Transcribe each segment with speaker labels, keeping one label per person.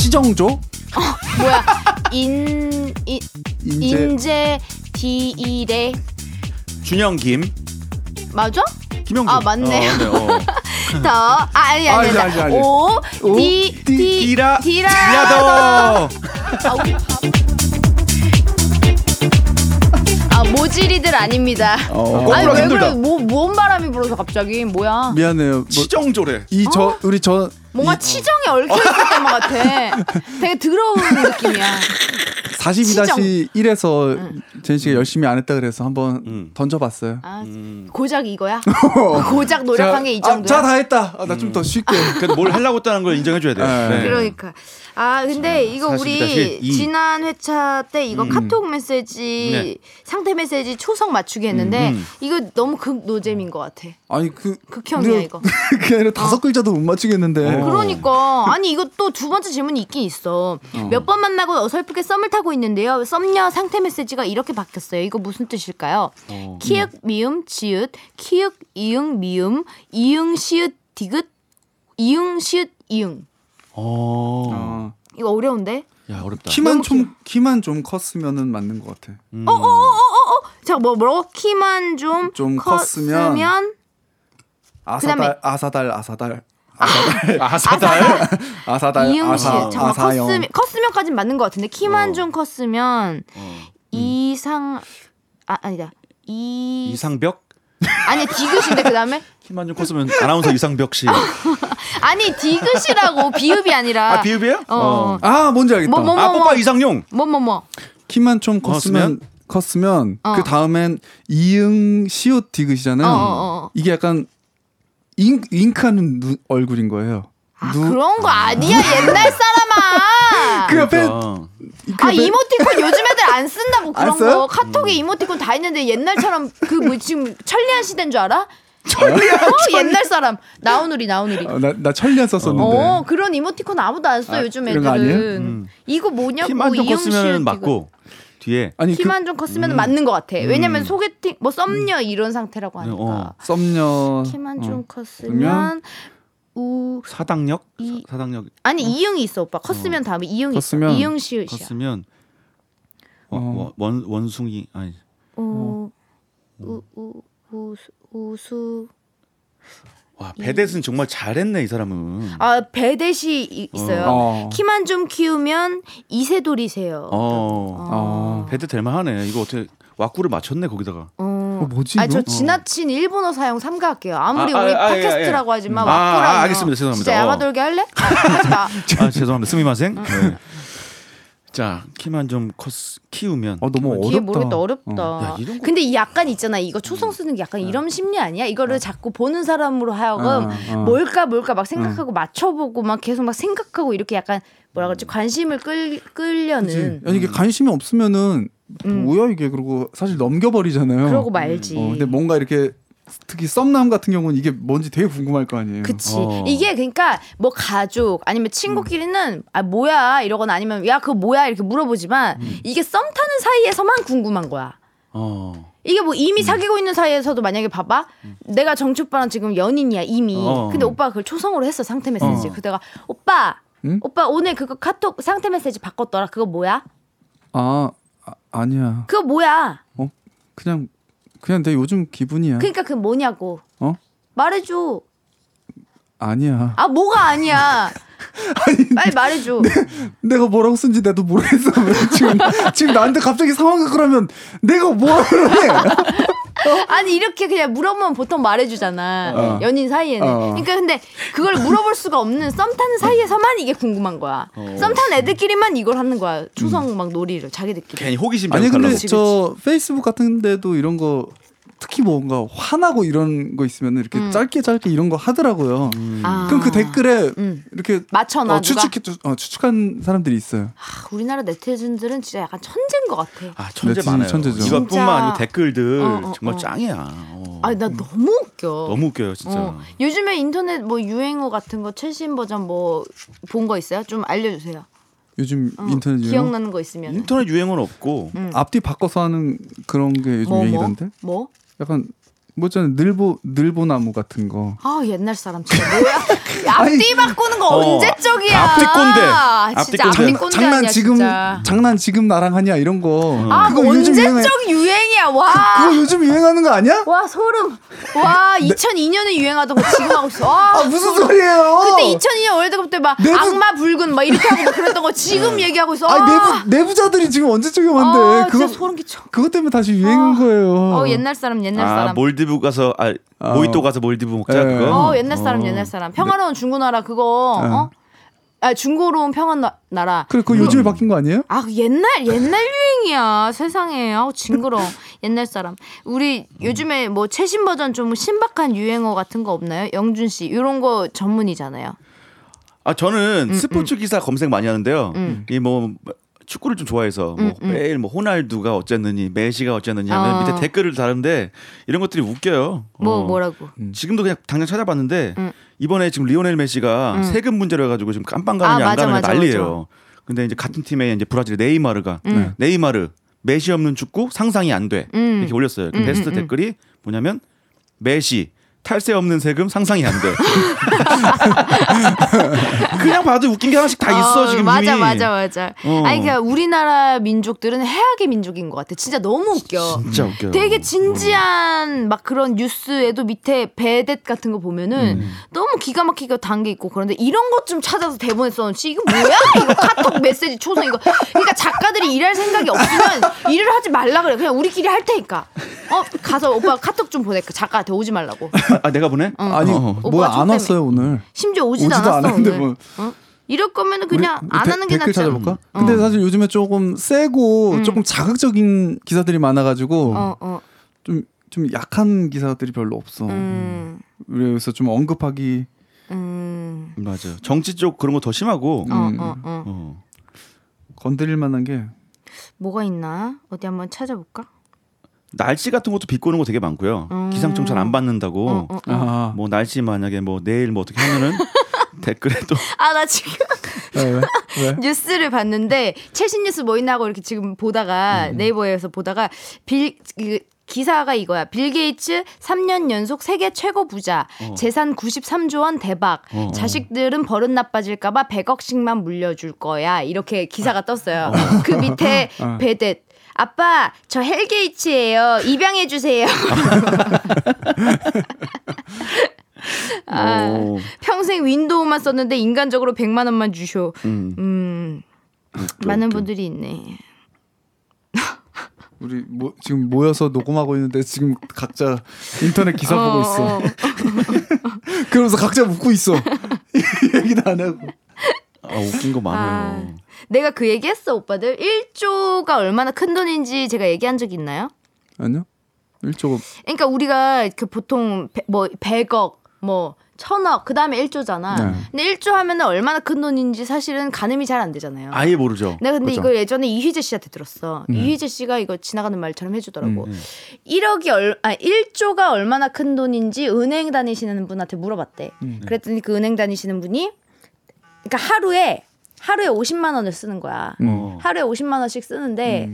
Speaker 1: 시정조
Speaker 2: 뭐야? 인, 인
Speaker 1: 인제
Speaker 2: 인제 디이레
Speaker 3: 준영 김
Speaker 2: 맞아?
Speaker 3: 김영준
Speaker 2: 아, 맞네요.
Speaker 3: 어, 맞네요. 어.
Speaker 2: 더 아, 아니 아니
Speaker 1: 알지,
Speaker 2: 아니,
Speaker 1: 알지, 알지.
Speaker 2: 아니.
Speaker 1: 오,
Speaker 2: 오디
Speaker 1: 디,
Speaker 3: 디라
Speaker 2: 디라
Speaker 3: 디라더
Speaker 2: 아, 우리 밥- 아 모질이들 아닙니다.
Speaker 1: 어,
Speaker 2: 아니
Speaker 1: 거꾸로
Speaker 2: 왜
Speaker 1: 힘들다.
Speaker 2: 그래? 뭐뭔 바람이 불어서 갑자기 뭐야?
Speaker 1: 미안해요. 뭐,
Speaker 3: 시정조래.
Speaker 1: 이 저 우리 저
Speaker 2: 어? 뭔가 치정에 얽혀 있었던 것 같아. 되게 더러운 느낌이야.
Speaker 1: 42-1에서 제니 씨가 열심히 안 했다 그래서 한번
Speaker 3: 음.
Speaker 1: 던져봤어요.
Speaker 2: 아,
Speaker 3: 음.
Speaker 2: 고작 이거야? 고작 노력한 게 이
Speaker 1: 제가- 아,
Speaker 2: 정도야?
Speaker 1: 자다 했다. 나
Speaker 3: 음.
Speaker 1: 좀 더 쉽게.
Speaker 3: 그래도 뭘 하려고 했다는 걸 인정해줘야 돼.
Speaker 1: 네.
Speaker 2: 그러니까. 아, 근데 이거 우리
Speaker 3: 42-2.
Speaker 2: 지난 회차 때 이거 카톡
Speaker 3: 네.
Speaker 2: 메시지, 상태 메시지 초성 맞추기 했는데 이거 너무 극 노잼인 것 같아.
Speaker 1: 아니 그
Speaker 2: 극혐이야,
Speaker 1: 근데
Speaker 2: 이거. 어.
Speaker 1: 그게 아니라 다섯 글자도 못 맞추겠는데.
Speaker 3: 어.
Speaker 2: 그러니까 아니 이거 또 두 번째 질문이 있긴 있어. 몇 번 만나고 어설프게 썸을 타고 있는데요. 썸녀 상태 메시지가 이렇게 바뀌었어요. 이거 무슨 뜻일까요? 키읔 미음 지읒, 키읔 이응 미음, 이응 시읒 디귿, 이응 시읒 이응.
Speaker 3: 어.
Speaker 1: 어.
Speaker 2: 이거 어려운데?
Speaker 3: 야 어렵다.
Speaker 1: 키만 좀 키만 좀 컸으면은 맞는 것 같아.
Speaker 3: 음.
Speaker 2: 자, 뭐 뭐라고? 키만 좀,
Speaker 1: 좀 컸으면.
Speaker 2: 컸으면,
Speaker 1: 아사달
Speaker 2: 그다음에-
Speaker 1: 아사달 아사달
Speaker 3: 아사달.
Speaker 1: 아사달
Speaker 2: 이응 시읒.
Speaker 1: 아사
Speaker 2: 잠깐
Speaker 1: 아사영.
Speaker 2: 컸으면 컸으면까진 맞는 것 같은데 키만
Speaker 3: 어.
Speaker 2: 좀 컸으면
Speaker 3: 어.
Speaker 2: 이상 아 아니다. 이
Speaker 3: 이상벽?
Speaker 2: 아니 디귿인데 그다음에
Speaker 3: 키만 좀 컸으면 아나운서 이상벽 씨.
Speaker 2: 아니 디귿이라고 비읍이 아니라
Speaker 3: 아 비읍이에요?
Speaker 2: 어, 어.
Speaker 1: 아 뭔지 알겠다.
Speaker 2: 뭐, 뭐,
Speaker 3: 아
Speaker 2: 어머,
Speaker 3: 뽀빠
Speaker 2: 어머.
Speaker 3: 이상용.
Speaker 2: 뭐뭐뭐
Speaker 1: 키만 좀 컸으면 컸으면
Speaker 2: 어.
Speaker 1: 그 다음엔 이응 시옷 디귿이잖아요.
Speaker 2: 어, 어, 어.
Speaker 1: 이게 약간 잉, 잉크하는 누, 얼굴인 거예요.
Speaker 2: 아, 그런 거 아니야 옛날 사람아 그러니까.
Speaker 1: 그 옆에
Speaker 3: 어.
Speaker 1: 그
Speaker 2: 아
Speaker 1: 옆에
Speaker 2: 이모티콘 요즘 애들 안 쓴다고
Speaker 1: 안
Speaker 2: 그런
Speaker 1: 써요? 음.
Speaker 2: 거 카톡에 이모티콘 다 있는데 옛날처럼 그 뭐 지금 천리안 시대인 줄 알아? 어 옛날 사람 나오누리 나오누리
Speaker 1: 어, 나, 나 천리안 썼었는데.
Speaker 2: 어 그런 이모티콘 아무도 안 써
Speaker 1: 네. 아,
Speaker 2: 요즘
Speaker 1: 이런 거 아니에요?
Speaker 2: 애들은
Speaker 3: 음.
Speaker 2: 이거 뭐냐고
Speaker 3: 키만 좀
Speaker 2: 이응
Speaker 3: 컸으면
Speaker 2: 시옷 이거.
Speaker 3: 맞고 뒤에
Speaker 1: 아니 그 음.
Speaker 2: 키만 좀 컸으면 맞는 것 같아 왜냐면 소개팅 뭐 썸녀 이런 상태라고 하니까
Speaker 3: 어.
Speaker 1: 썸녀
Speaker 2: 키만
Speaker 1: 네, 어.
Speaker 2: 좀 컸으면 우
Speaker 3: 사당역?
Speaker 2: 이-
Speaker 3: 사, 당역
Speaker 2: 아니 이응이 있어 오빠 컸으면 다음에 이응이
Speaker 1: 컸으면-
Speaker 2: 있어 이응 시읒이야
Speaker 3: 컸으면 어,
Speaker 1: 어.
Speaker 3: 원 원숭이 아니
Speaker 1: 어.
Speaker 2: 오우우 우수 우수
Speaker 3: 와 베댓은 정말 잘했네 이 사람은.
Speaker 2: 아 배댓이 이- 있어요
Speaker 1: 어.
Speaker 2: 키만 좀 키우면 이세돌이세요
Speaker 3: 어.
Speaker 1: 어.
Speaker 3: 베댓 될만하네. 이거 어떻게 와꾸를 맞췄네 거기다가.
Speaker 1: 어, 뭐지? 이거?
Speaker 2: 아저 지나친 일본어 사용 삼가할게요. 아무리
Speaker 3: 아, 아,
Speaker 2: 우리
Speaker 3: 아, 아,
Speaker 2: 팟캐스트라고
Speaker 3: 예, 예.
Speaker 2: 하지만
Speaker 3: 음. 아,
Speaker 2: 와꾸라뇨.
Speaker 3: 아, 알겠습니다. 죄송합니다.
Speaker 2: 진짜
Speaker 3: 어.
Speaker 2: 야마돌게 할래? 아, 하지 마.
Speaker 3: 아 죄송합니다. 스미마생. 네. 자 키만 좀 컸, 키우면.
Speaker 1: 어, 너무
Speaker 3: 키만-
Speaker 1: 어렵다.
Speaker 2: 뒤에 모르겠다 어렵다.
Speaker 1: 어.
Speaker 3: 야, 이런 거- 음.
Speaker 2: 근데 이 약간 있잖아 이거 초성 쓰는 게 약간 이런 심리 아니야? 이거를 자꾸 보는 사람으로 하여금
Speaker 3: 음.
Speaker 1: 어, 어.
Speaker 2: 뭘까 뭘까 막 생각하고 맞춰보고 막 계속 막 생각하고 이렇게 약간 뭐라
Speaker 3: 음.
Speaker 2: 그러지 관심을 끌 끌려는
Speaker 1: 그치? 아니 이게
Speaker 2: 음.
Speaker 1: 관심이 없으면은 뭐야 이게 그리고 사실 넘겨버리잖아요.
Speaker 2: 그러고 말지.
Speaker 1: 어, 근데 뭔가 이렇게 특히 썸남 같은 경우는 이게 뭔지 되게 궁금할 거 아니에요.
Speaker 2: 그치
Speaker 3: 어.
Speaker 2: 이게 그러니까 뭐 가족 아니면 친구끼리는 아 뭐야 이러거나 아니면 야 그거 뭐야 이렇게 물어보지만 이게 썸 타는 사이에서만 궁금한 거야
Speaker 3: 어.
Speaker 2: 이게 뭐 이미 사귀고 있는 사이에서도 만약에 봐봐 내가 정치 오빠랑 지금 연인이야 이미
Speaker 3: 어.
Speaker 2: 근데 오빠가 그걸 초성으로 했어 상태 메시지
Speaker 3: 어.
Speaker 2: 그때가 오빠
Speaker 1: 응?
Speaker 2: 오빠 오늘 그거 카톡 상태 메시지 바꿨더라 그거 뭐야
Speaker 1: 아, 아 아니야.
Speaker 2: 그거 뭐야
Speaker 1: 어 그냥 그냥 내 요즘 기분이야.
Speaker 2: 그러니까 그 뭐냐고
Speaker 1: 어
Speaker 2: 말해줘
Speaker 1: 아니야.
Speaker 2: 아 뭐가 아니야 빨리 말해줘
Speaker 1: 내가 뭐라고 쓴지 나도 모르겠어. 왜 지금 지금 나한테 갑자기 상황을 그러면 내가 뭐라고
Speaker 2: 아,
Speaker 1: 해?
Speaker 2: 아니 이렇게 그냥 물어보면 보통 말해주잖아
Speaker 1: 어.
Speaker 2: 연인 사이에는
Speaker 1: 어.
Speaker 2: 그러니까 근데 그걸 물어볼 수가 없는 썸 타는 사이에서만 이게 궁금한 거야
Speaker 1: 어.
Speaker 2: 썸 타는 애들끼리만 이걸 하는 거야 초성 막 놀이를 자기들끼리
Speaker 3: 괜히 호기심
Speaker 1: 아니 근데
Speaker 3: 자극하려고.
Speaker 1: 저 페이스북 같은데도 이런 거 특히 뭔가 화나고 이런 거 있으면 이렇게 짧게 짧게 이런 거 하더라고요.
Speaker 2: 음. 아.
Speaker 1: 그럼 그 댓글에
Speaker 2: 음.
Speaker 1: 이렇게
Speaker 2: 맞춰놔,
Speaker 1: 어, 추측해 추- 어, 추측한 사람들이 있어요.
Speaker 2: 아, 우리나라 네티즌들은 진짜 약간 천재인 것 같아
Speaker 3: 아 천재
Speaker 1: 네티즌
Speaker 3: 많아요.
Speaker 1: 천재죠.
Speaker 3: 이것뿐만 아니고 댓글들
Speaker 2: 어, 어,
Speaker 3: 정말
Speaker 2: 어.
Speaker 3: 짱이야. 어.
Speaker 2: 아니 나
Speaker 1: 음.
Speaker 2: 너무 웃겨
Speaker 3: 너무 웃겨요 진짜.
Speaker 2: 어. 요즘에 인터넷 뭐 유행어 같은 거 최신 버전 뭐 본 거 있어요? 좀 알려주세요.
Speaker 1: 요즘
Speaker 2: 어,
Speaker 1: 인터넷 유행
Speaker 2: 기억나는 거 있으면.
Speaker 3: 인터넷 유행은 없고
Speaker 2: 음,
Speaker 1: 앞뒤 바꿔서 하는 그런 게 요즘
Speaker 2: 뭐, 뭐?
Speaker 1: 유행이던데.
Speaker 2: 뭐?
Speaker 1: 약간 뭐 저는 늘보 늘보나무 같은 거.
Speaker 2: 아 옛날 사람 진짜 뭐야 이 앞뒤
Speaker 1: 아니,
Speaker 2: 바꾸는 거
Speaker 3: 어,
Speaker 2: 언제 적이야
Speaker 3: 앞뒤 꼰대.
Speaker 2: 아, 진짜
Speaker 3: 앞뒤
Speaker 2: 앞뒤
Speaker 3: 꼰대.
Speaker 2: 꼰대
Speaker 1: 장난
Speaker 2: 아니야,
Speaker 1: 지금
Speaker 2: 진짜.
Speaker 1: 장난 지금 나랑 하냐 이런 거.
Speaker 2: 아
Speaker 1: 그거 요즘 유행해.
Speaker 2: 언제적 유행이야
Speaker 1: 그거
Speaker 2: 와와
Speaker 1: 요즘 유행하는 거 아니야?
Speaker 2: 소름 와 2002년에 유행하던 거 지금 하고 있어
Speaker 1: 아
Speaker 2: 와
Speaker 1: 무슨 소리예요?
Speaker 2: 그때 2002년 월드컵 때 막
Speaker 1: 내부-
Speaker 2: 악마 붉은 막 이렇게 하고 막 그랬던 거 지금 얘기하고 있어
Speaker 1: 아
Speaker 2: 아,
Speaker 1: 내부 내부자들이 지금 언제
Speaker 2: 아,
Speaker 1: 적용한대?
Speaker 2: 진짜
Speaker 1: 그거
Speaker 2: 소름 끼쳐
Speaker 1: 그것 때문에 다시 유행인 거예요.
Speaker 2: 어 옛날 사람 옛날
Speaker 3: 아
Speaker 2: 사람
Speaker 3: 몰디브 가서 아
Speaker 1: 어.
Speaker 3: 모히또 가서 몰디브 먹자
Speaker 1: 예.
Speaker 3: 그거.
Speaker 2: 어 옛날 사람 옛날 사람 평화로운 중고나라 그거 어? 아 중고로운 평화나라
Speaker 1: 네. 그래 그거 요즘에 바뀐 거 아니에요?
Speaker 2: 아 옛날 옛날 유행이야 세상에 아우 징그러 워 옛날 사람 우리 요즘에 뭐 최신 버전 좀 신박한 유행어 같은 거 없나요 영준 씨 이런 거 전문이잖아요
Speaker 3: 아 저는
Speaker 2: 음,
Speaker 3: 스포츠 기사 검색 많이 하는데요. 이 뭐 축구를 좀 좋아해서
Speaker 2: 음,
Speaker 3: 뭐 매일 뭐 호날두가 어쨌느니 메시가 어쨌느니 하면
Speaker 2: 어.
Speaker 3: 밑에 댓글을 다는데 이런 것들이 웃겨요.
Speaker 2: 뭐
Speaker 3: 어.
Speaker 2: 뭐라고
Speaker 3: 지금도 그냥 당장 찾아봤는데
Speaker 2: 음.
Speaker 3: 이번에 지금 리오넬 메시가 세금 문제로 해가지고 지금 깜빵
Speaker 2: 아,
Speaker 3: 가느냐 안
Speaker 2: 맞아,
Speaker 3: 가느냐
Speaker 2: 맞아, 음.
Speaker 3: 난리예요. 근데 이제 같은 팀에 이제 브라질 네이마르가 네이마르 메시 없는 축구 상상이 안 돼 이렇게 올렸어요. 그
Speaker 2: 음,
Speaker 3: 베스트 댓글이 뭐냐면 메시 탈세 없는 세금 상상이 안 돼. 그냥 봐도 웃긴 게 하나씩 다 있어
Speaker 2: 어,
Speaker 3: 지금
Speaker 2: 맞아
Speaker 3: 이미.
Speaker 2: 맞아 맞아
Speaker 3: 어.
Speaker 2: 아니 그러니까 우리나라 민족들은 해악의 민족인 것 같아 진짜 너무 웃겨
Speaker 3: 진짜 웃겨요.
Speaker 1: 음.
Speaker 2: 되게 진지한 막 그런 뉴스에도 밑에 배댓 같은 거 보면은
Speaker 1: 음.
Speaker 2: 너무 기가 막히게 단 게 있고 그런데 이런 것 좀 찾아서 대본에 써놓지 이거 뭐야 이거 카톡 메시지 초성 이거 그러니까 작가들이 일할 생각이 없으면 일을 하지 말라 그래 그냥 우리끼리 할 테니까 어 가서 오빠 카톡 좀 보내 그 작가한테 오지 말라고
Speaker 3: 아, 내가 보내?
Speaker 1: 아니
Speaker 3: 어.
Speaker 1: 뭐야
Speaker 2: 오빠
Speaker 1: 안
Speaker 2: 좀
Speaker 1: 왔어요 오늘.
Speaker 2: 심지어 오지도,
Speaker 1: 오지도
Speaker 2: 않았어
Speaker 1: 않았는데
Speaker 2: 오늘
Speaker 1: 뭐.
Speaker 2: 어? 이럴 거면은 그냥
Speaker 1: 우리
Speaker 2: 안
Speaker 1: 데-
Speaker 2: 하는 게
Speaker 1: 댓글
Speaker 2: 낫지 어. 않아?
Speaker 1: 찾아볼까? 근데 사실 요즘에 조금 세고 조금 자극적인 기사들이 많아가지고
Speaker 2: 어, 어.
Speaker 1: 좀, 좀 약한 기사들이 별로 없어.
Speaker 2: 음,
Speaker 1: 그래서 좀 언급하기
Speaker 2: 음,
Speaker 3: 맞아. 정치 쪽 그런 거 더 심하고.
Speaker 2: 어,
Speaker 1: 음.
Speaker 2: 어, 어.
Speaker 3: 어.
Speaker 1: 건드릴 만한 게
Speaker 2: 뭐가 있나? 어디 한번 찾아볼까?
Speaker 3: 날씨 같은 것도 비꼬는 거 되게 많고요.
Speaker 2: 음.
Speaker 3: 기상청 잘 안 받는다고.
Speaker 2: 어,
Speaker 1: 아,
Speaker 3: 뭐 날씨 만약에 뭐 내일 뭐 어떻게 하면은 댓글에 또
Speaker 2: 아, 나 지금
Speaker 1: 왜, 왜? 왜?
Speaker 2: 뉴스를 봤는데 최신 뉴스 뭐 있나 하고 이렇게 지금 보다가 네이버에서 보다가 빌 그, 기사가 이거야. 빌 게이츠 3년 연속 세계 최고 부자. 재산 93조 원 대박. 자식들은 버릇 나빠질까 봐 100억씩만 물려줄 거야. 이렇게 기사가 떴어요. 그 밑에 베댓 아빠 저 헬게이츠예요. 입양해 주세요. 아.
Speaker 3: 어,
Speaker 2: 평생 윈도우만 썼는데 인간적으로 100만 원만 주쇼.
Speaker 3: 음.
Speaker 2: 음. 많은 분들이 있네.
Speaker 1: 우리 뭐, 지금 모여서 녹음하고 있는데 지금 각자 인터넷 기사 보고 있어. 그러면서 각자 웃고 있어. 얘기도 안 하고.
Speaker 3: 아, 웃긴 거 많아요.
Speaker 2: 내가 그 얘기했어 오빠들 1조가 얼마나 큰 돈인지 제가 얘기한 적 있나요?
Speaker 1: 아니요? 일조가
Speaker 2: 그러니까 우리가 그 보통 백- 뭐 100억 뭐 천억 그다음에 1조잖아.
Speaker 1: 네.
Speaker 2: 근데 1조 하면은 얼마나 큰 돈인지 사실은 가늠이 잘 안 되잖아요.
Speaker 3: 아예 모르죠.
Speaker 2: 내가 근데
Speaker 1: 그렇죠. 음.
Speaker 2: 이걸 예전에 이휘재 씨한테 들었어. 이휘재 씨가 이거 지나가는 말처럼 해주더라고. 1억이 얼, 아 1조가 얼마나 큰 돈인지 은행 다니시는 분한테 물어봤대.
Speaker 1: 음. 네.
Speaker 2: 그랬더니 그 은행 다니시는 분이 그러니까 하루에 하루에 50만 원을 쓰는 거야.
Speaker 1: 음.
Speaker 3: 어.
Speaker 2: 하루에 50만 원씩 쓰는데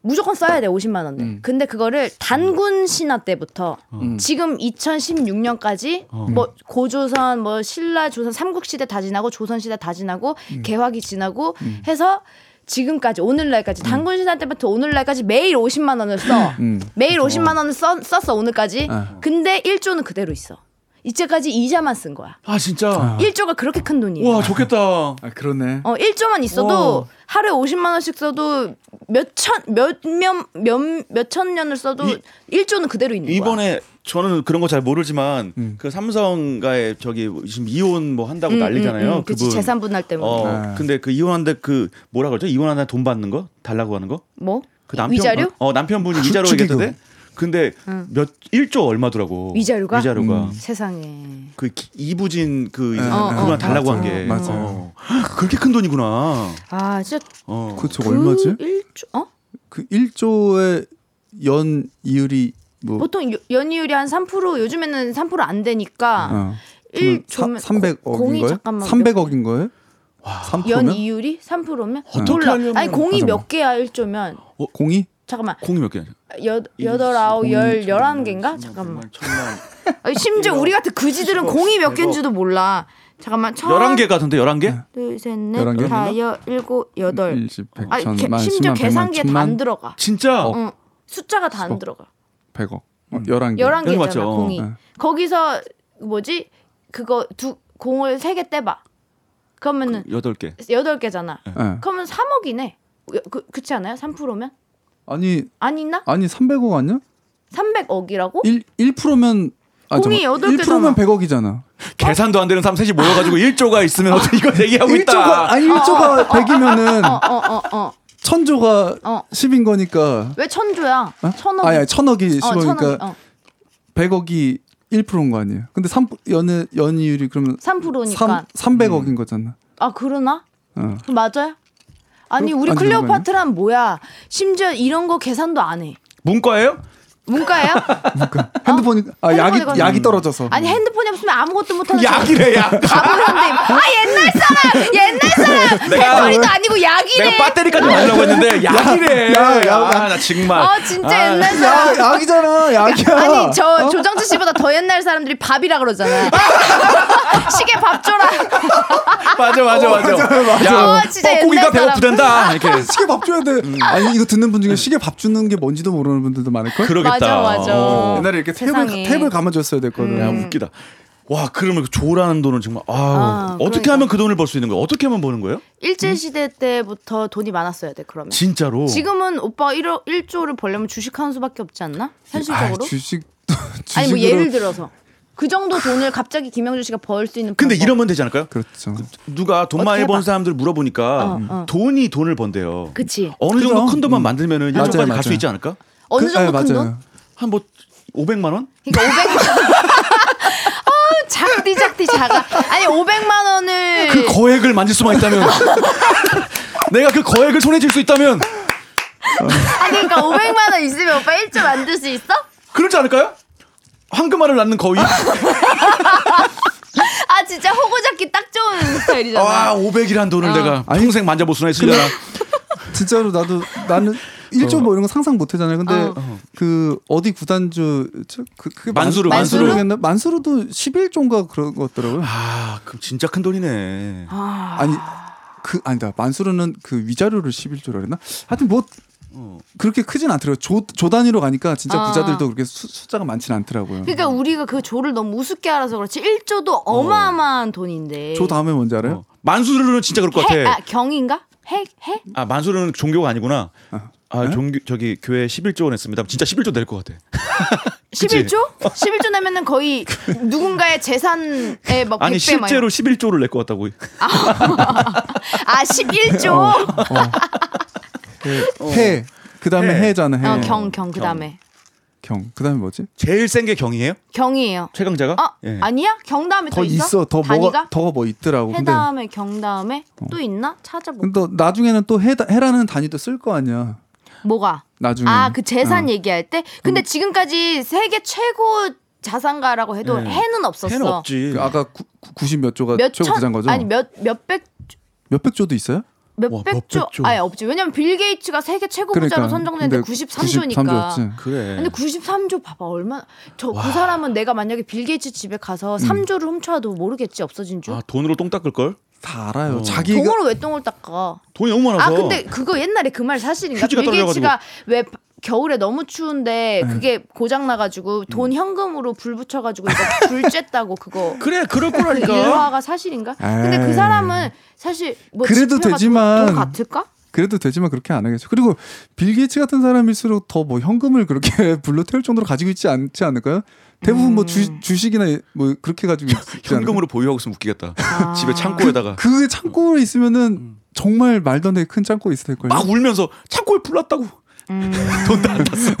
Speaker 2: 무조건 써야 돼 50만 원을. 근데 그거를 단군 신화 때부터 지금 2016년까지 뭐 고조선 뭐 신라 조선 삼국 시대 다 지나고 조선 시대 다 지나고 개화기 지나고 해서 지금까지 오늘날까지 단군 신화 때부터 오늘날까지 매일 50만 원을 써.
Speaker 1: 음.
Speaker 2: 매일 50만 원을 써, 썼어 오늘까지.
Speaker 1: 아.
Speaker 2: 근데 1조는 그대로 있어. 이제까지 이자만 쓴 거야.
Speaker 3: 아 진짜.
Speaker 2: 1조가 그렇게 큰 돈이에요.
Speaker 3: 와 좋겠다.
Speaker 1: 아 그러네.
Speaker 2: 어, 1조만 있어도 하루에 50만 원씩 써도 몇천 몇몇몇몇천 년을 써도
Speaker 3: 이-
Speaker 2: 1조는 그대로 있는 거야.
Speaker 3: 이번에 저는 그런 거 잘 모르지만
Speaker 1: 음.
Speaker 3: 그 삼성가에 저기 지금 이혼 뭐 한다고 난리잖아요.
Speaker 2: 그치
Speaker 3: 그분.
Speaker 2: 재산 분할 때문에.
Speaker 3: 어,
Speaker 1: 네.
Speaker 3: 근데 그 이혼한데 그 뭐라 그러죠? 이혼한다 돈 받는 거? 달라고 하는 거?
Speaker 2: 뭐?
Speaker 3: 그 남편
Speaker 2: 위자료?
Speaker 3: 어, 남편분이 위자료
Speaker 1: 축의금.
Speaker 3: 얘기했던데. 근데 몇 1조 얼마더라고.
Speaker 2: 위자료가? 음.
Speaker 3: 위자료가.
Speaker 2: 세상에.
Speaker 3: 그 기- 이부진 그
Speaker 1: 예.
Speaker 2: 어,
Speaker 3: 그만
Speaker 2: 어.
Speaker 3: 달라고 한
Speaker 1: 맞아요.
Speaker 3: 게.
Speaker 1: 맞아요.
Speaker 3: 어. 그렇게 큰 돈이구나.
Speaker 2: 아, 진짜
Speaker 3: 어.
Speaker 1: 그 저거
Speaker 2: 그
Speaker 1: 얼마지?
Speaker 2: 1조
Speaker 3: 뭐.
Speaker 2: 어?
Speaker 1: 그 1조의 연 이율이 뭐
Speaker 2: 보통 요- 연이율이 한 3% 요즘에는 3%안 되니까
Speaker 1: 어.
Speaker 2: 아,
Speaker 3: 그
Speaker 2: 일 1조면
Speaker 1: 300억인 거예요?
Speaker 2: 잠깐만
Speaker 1: 300억인 거예요? 와,
Speaker 2: 연
Speaker 1: 3%면?
Speaker 2: 이율이 3%면
Speaker 3: 어떻게
Speaker 2: 몰라.
Speaker 3: 하려면-
Speaker 2: 아니 공이
Speaker 1: 잠깐만.
Speaker 2: 몇 개야 1조면?
Speaker 1: 어, 공이?
Speaker 2: 잠깐만
Speaker 3: 콩이 몇 개냐?
Speaker 2: 여, 여덟 아홉 열 열한 개인가 잠깐만 아니, 심지어 우리 같은 그지들은 공이 몇 개인지도 몰라 잠깐만 천,
Speaker 3: 11개 같은데 11개?
Speaker 2: 둘, 셋,
Speaker 1: 열한
Speaker 2: 넷,
Speaker 1: 개?
Speaker 2: 다, 여, 일곱, 여덟.
Speaker 1: 일십, 백,
Speaker 2: 아,
Speaker 1: 천,
Speaker 2: 개-
Speaker 1: 만, 십만,
Speaker 2: 심지어
Speaker 1: 백만,
Speaker 2: 계산기에 다 안
Speaker 1: 천만.
Speaker 2: 들어가.
Speaker 3: 진짜?
Speaker 2: 응. 숫자가 다 안
Speaker 1: 수억.
Speaker 2: 들어가.
Speaker 1: 100억. 11개.
Speaker 2: 열한 개
Speaker 3: 여기
Speaker 2: 있잖아,
Speaker 3: 맞죠?
Speaker 2: 공이.
Speaker 1: 네.
Speaker 2: 거기서 뭐지? 그거 두 공을 세 개 떼봐. 그러면은
Speaker 3: 여덟 개
Speaker 2: 여덟 개잖아.
Speaker 1: 예.
Speaker 2: 그러면 3억이네. 그, 그렇지 않아요? 3%면?
Speaker 1: 아니
Speaker 2: 아니나?
Speaker 1: 아니 300억 아니야?
Speaker 2: 300억이라고?
Speaker 1: 1 1%면 아,
Speaker 2: 공이
Speaker 1: 잠깐만.
Speaker 2: 여덟 개잖아.
Speaker 1: 1%면 100억이잖아.
Speaker 3: 계산도 안 되는 사람 셋이 모여가지고 1조가 있으면 어떻게 이거 얘기하고 있다.
Speaker 1: 1조가 아니 1조가 100이면은
Speaker 2: 어, 어, 어, 어.
Speaker 1: 천조가
Speaker 2: 어.
Speaker 1: 10인 거니까
Speaker 2: 왜 천조야?
Speaker 1: 어?
Speaker 2: 천억.
Speaker 1: 아니, 아니 천억이 10억이니까
Speaker 2: 어.
Speaker 1: 100억이 1%인 거 아니에요. 근데 3 연의 연이율이 그러면
Speaker 2: 3%니까.
Speaker 1: 3 300억인 거잖아.
Speaker 2: 아, 그러나?
Speaker 1: 어.
Speaker 2: 맞아요? 아니
Speaker 1: 그렇-
Speaker 2: 우리
Speaker 1: 아니,
Speaker 2: 클레오파트란 뭐야? 심지어 이런 거 계산도 안 해.
Speaker 3: 문과예요?
Speaker 2: 문과예요?
Speaker 1: 핸드폰이 아
Speaker 2: 핸드폰에
Speaker 1: 약이
Speaker 2: 걸려.
Speaker 1: 약이 떨어져서.
Speaker 2: 아니 핸드폰이 없으면 아무것도 못 하는 사람.
Speaker 3: 약이래 약.
Speaker 2: 바보인데. 아 옛날 사람, 옛날 사람.
Speaker 3: 내가-
Speaker 2: 배터리도 아니고 약이래.
Speaker 3: 내가 배터리까지 말려고 했는데 약이래.
Speaker 1: 야, 야,
Speaker 3: 아, 나 정말.
Speaker 2: 아 진짜
Speaker 3: 아,
Speaker 2: 옛날 사람.
Speaker 1: 야 어? 약이잖아 약이야.
Speaker 2: 아니 저 조정치 씨보다 더 옛날 사람들이 밥이라 그러잖아. 시계 밥 줘라.
Speaker 3: 맞아 맞아 어, 맞아.
Speaker 2: 맞아.
Speaker 3: 야,
Speaker 2: 어, 진짜
Speaker 3: 뻐꾸기가
Speaker 2: 옛날 사람.
Speaker 3: 배고프댄다. 이렇게
Speaker 1: 시계 밥 줘야 돼. 아니 이거 듣는 분 중에 시계 밥 주는 게 뭔지도 모르는 분들도 많을 걸.
Speaker 3: 그러겠다.
Speaker 2: 맞아 맞아.
Speaker 3: 어.
Speaker 1: 옛날에 이렇게 음. 탭을
Speaker 2: 세상에.
Speaker 1: 탭을 감아줬어야 될 거를.
Speaker 3: 야 웃기다. 와 그러면 그 조라는 돈은 정말 아우
Speaker 2: 아,
Speaker 3: 어떻게
Speaker 2: 그러니까.
Speaker 3: 하면 그 돈을 벌 수 있는 거야? 어떻게 하면 버는 거예요?
Speaker 2: 일제 시대 때부터 돈이 많았어야 돼 그러면.
Speaker 3: 진짜로.
Speaker 2: 지금은 오빠 1억 1조를 벌려면 주식하는 수밖에 없지 않나? 현실적으로?
Speaker 1: 아, 주식 주식으로.
Speaker 2: 아니 뭐 예를 들어서 그 정도 돈을 갑자기 김영준 씨가 벌 수 있는
Speaker 3: 근데
Speaker 2: 방법.
Speaker 3: 이러면 되지 않을까요?
Speaker 1: 그렇죠.
Speaker 3: 누가
Speaker 2: 뭐? 어떻게
Speaker 3: 돈 많이
Speaker 2: 해봐.
Speaker 3: 번 사람들 물어보니까
Speaker 2: 어, 어.
Speaker 3: 돈이 돈을 번대요.
Speaker 2: 그치
Speaker 3: 어느 정도
Speaker 1: 그죠?
Speaker 3: 큰 돈만 만들면은
Speaker 1: 맞아요,
Speaker 3: 일정까지 갈 수
Speaker 1: 맞아요.
Speaker 3: 있지 않을까?
Speaker 2: 어느
Speaker 1: 그-
Speaker 2: 정도
Speaker 1: 아,
Speaker 2: 큰
Speaker 1: 맞아요.
Speaker 2: 돈?
Speaker 3: 한 뭐 500만 원?
Speaker 2: 그러니까 500만 원. 아, 작디 작디 작아. 아니 500만 원을
Speaker 3: 그 거액을 만질 수만 있다면 내가 그 거액을 손에 쥘 수 있다면
Speaker 2: 아니 그러니까 500만 원 있으면 오빠 1조 만들 수 있어?
Speaker 3: 그러지 않을까요? 황금알을 낳는 거위?
Speaker 2: 아 진짜 호구잡기 딱 좋은 스타일이잖아.
Speaker 3: 와 500이란 돈을 내가
Speaker 1: 아니,
Speaker 3: 평생 만져볼 수나 있으려나
Speaker 1: 진짜로 나도 나는
Speaker 2: 어.
Speaker 1: 일조 뭐 이런 거 상상 못 했잖아요. 근데 그 어디 구단주 저- 그 그게
Speaker 3: 만수르,
Speaker 2: 만수르?
Speaker 1: 만수르였나? 만수르도 11조인가 그런 거 같더라고요.
Speaker 3: 아 그럼 진짜 큰 돈이네
Speaker 2: 아,
Speaker 1: 아니 그 아니다. 만수르는 그 위자료를 11조라 그랬나? 하여튼 뭐
Speaker 3: 어.
Speaker 1: 그렇게 크진 않더라고요. 조, 조 단위로 가니까 진짜
Speaker 2: 아.
Speaker 1: 부자들도 그렇게 수, 숫자가 많진 않더라고요.
Speaker 2: 그러니까 우리가 그 조를 너무 우습게 알아서 그렇지 1조도 어마어마한 돈인데.
Speaker 1: 조 다음에 뭔지 알아요?
Speaker 3: 어. 만수르는 진짜 그럴 것
Speaker 2: 해, 아
Speaker 3: 같아
Speaker 2: 경인가? 해 해?
Speaker 3: 아 만수르는 종교가 아니구나 아 종교 저기 교회 11조 원 했습니다 진짜 11조 될 것 같아
Speaker 2: 11조? 11조 내면은 거의 누군가의 재산의 막
Speaker 3: 아니
Speaker 2: 100배 막
Speaker 3: 실제로 11조를 낼 것 같다고
Speaker 2: 아 11조.
Speaker 1: 어,
Speaker 2: 어,
Speaker 1: 어. 해. 그 다음에
Speaker 3: 어. 해.
Speaker 1: 해잖아. 해.
Speaker 2: 경, 경, 그 다음에.
Speaker 1: 경. 그 다음에 뭐지?
Speaker 3: 제일 센 게 경이에요?
Speaker 2: 경이에요.
Speaker 3: 최강자가?
Speaker 2: 어?
Speaker 3: 예.
Speaker 2: 아니야? 경 다음에 또
Speaker 1: 더
Speaker 2: 있어?
Speaker 1: 있어. 더 뭐가
Speaker 2: 단위가?
Speaker 1: 더뭐 있더라고.
Speaker 2: 해
Speaker 1: 근데 음.
Speaker 2: 다음에 경 다음에 또 있나? 찾아보.
Speaker 1: 근데 나중에는 또 해, 해라는 단위도 쓸 거 아니야.
Speaker 2: 뭐가?
Speaker 1: 나중에.
Speaker 2: 아, 그 재산 얘기할 때? 근데 지금까지 세계 최고 자산가라고 해도
Speaker 3: 네.
Speaker 2: 해는 없었어.
Speaker 3: 해는 없지
Speaker 1: 그 아까 90몇 조가
Speaker 2: 몇
Speaker 1: 최고 부자인
Speaker 2: 천,
Speaker 1: 거죠?
Speaker 2: 아니 몇 몇백
Speaker 1: 몇백 조도 있어요?
Speaker 3: 와,
Speaker 2: 몇백 조,
Speaker 3: 몇백 조.
Speaker 2: 아니 없지. 왜냐면 빌 게이츠가 세계 최고 부자로 선정됐는데 93조니까.
Speaker 1: 그러니까. 93조였지.
Speaker 3: 그래
Speaker 2: 근데 93조 봐봐 얼마나 저 그 사람은 내가 만약에 빌 게이츠 집에 가서 3조를 훔쳐와도 모르겠지 없어진 줄
Speaker 3: 아 돈으로 똥 닦을 걸?
Speaker 1: 다 알아요.
Speaker 3: 어.
Speaker 1: 자기가
Speaker 2: 동으로 왜 똥을 닦아
Speaker 3: 돈이 너무 많아서.
Speaker 2: 아 근데 그거 옛날에 그 말 사실인가
Speaker 3: 휴지가
Speaker 2: 빌 게이츠가
Speaker 3: 떨어져가지고.
Speaker 2: 왜 바- 겨울에 너무 추운데 그게 고장 나가지고 돈 현금으로 불 붙여가지고 이거 불 쬐다고 그거
Speaker 3: 그래 그럴
Speaker 2: 그
Speaker 3: 거라니까.
Speaker 2: 일화가 사실인가 근데 그
Speaker 1: 에이.
Speaker 2: 사람은 사실 뭐
Speaker 1: 그래도
Speaker 2: 지폐가 돈-
Speaker 1: 되지만
Speaker 2: 돈 같을까
Speaker 1: 그래도 되지만 그렇게 안 하겠죠. 그리고 빌 게이츠 같은 사람일수록 더 뭐 현금을 그렇게 불로 태울 정도로 가지고 있지 않지 않을까요? 대부분 뭐
Speaker 2: 음.
Speaker 1: 주, 주식이나 뭐 그렇게 가지고 있지 않을까요?
Speaker 3: 현금으로 보유하고 있으면 웃기겠다.
Speaker 2: 아.
Speaker 3: 집에 창고에다가
Speaker 1: 그 창고에 있으면은 정말 말도 안 되게 큰 창고에 있을 걸요.
Speaker 3: 음. 막 울면서 창고에 불났다고. 음. 돈 다 안 땄어.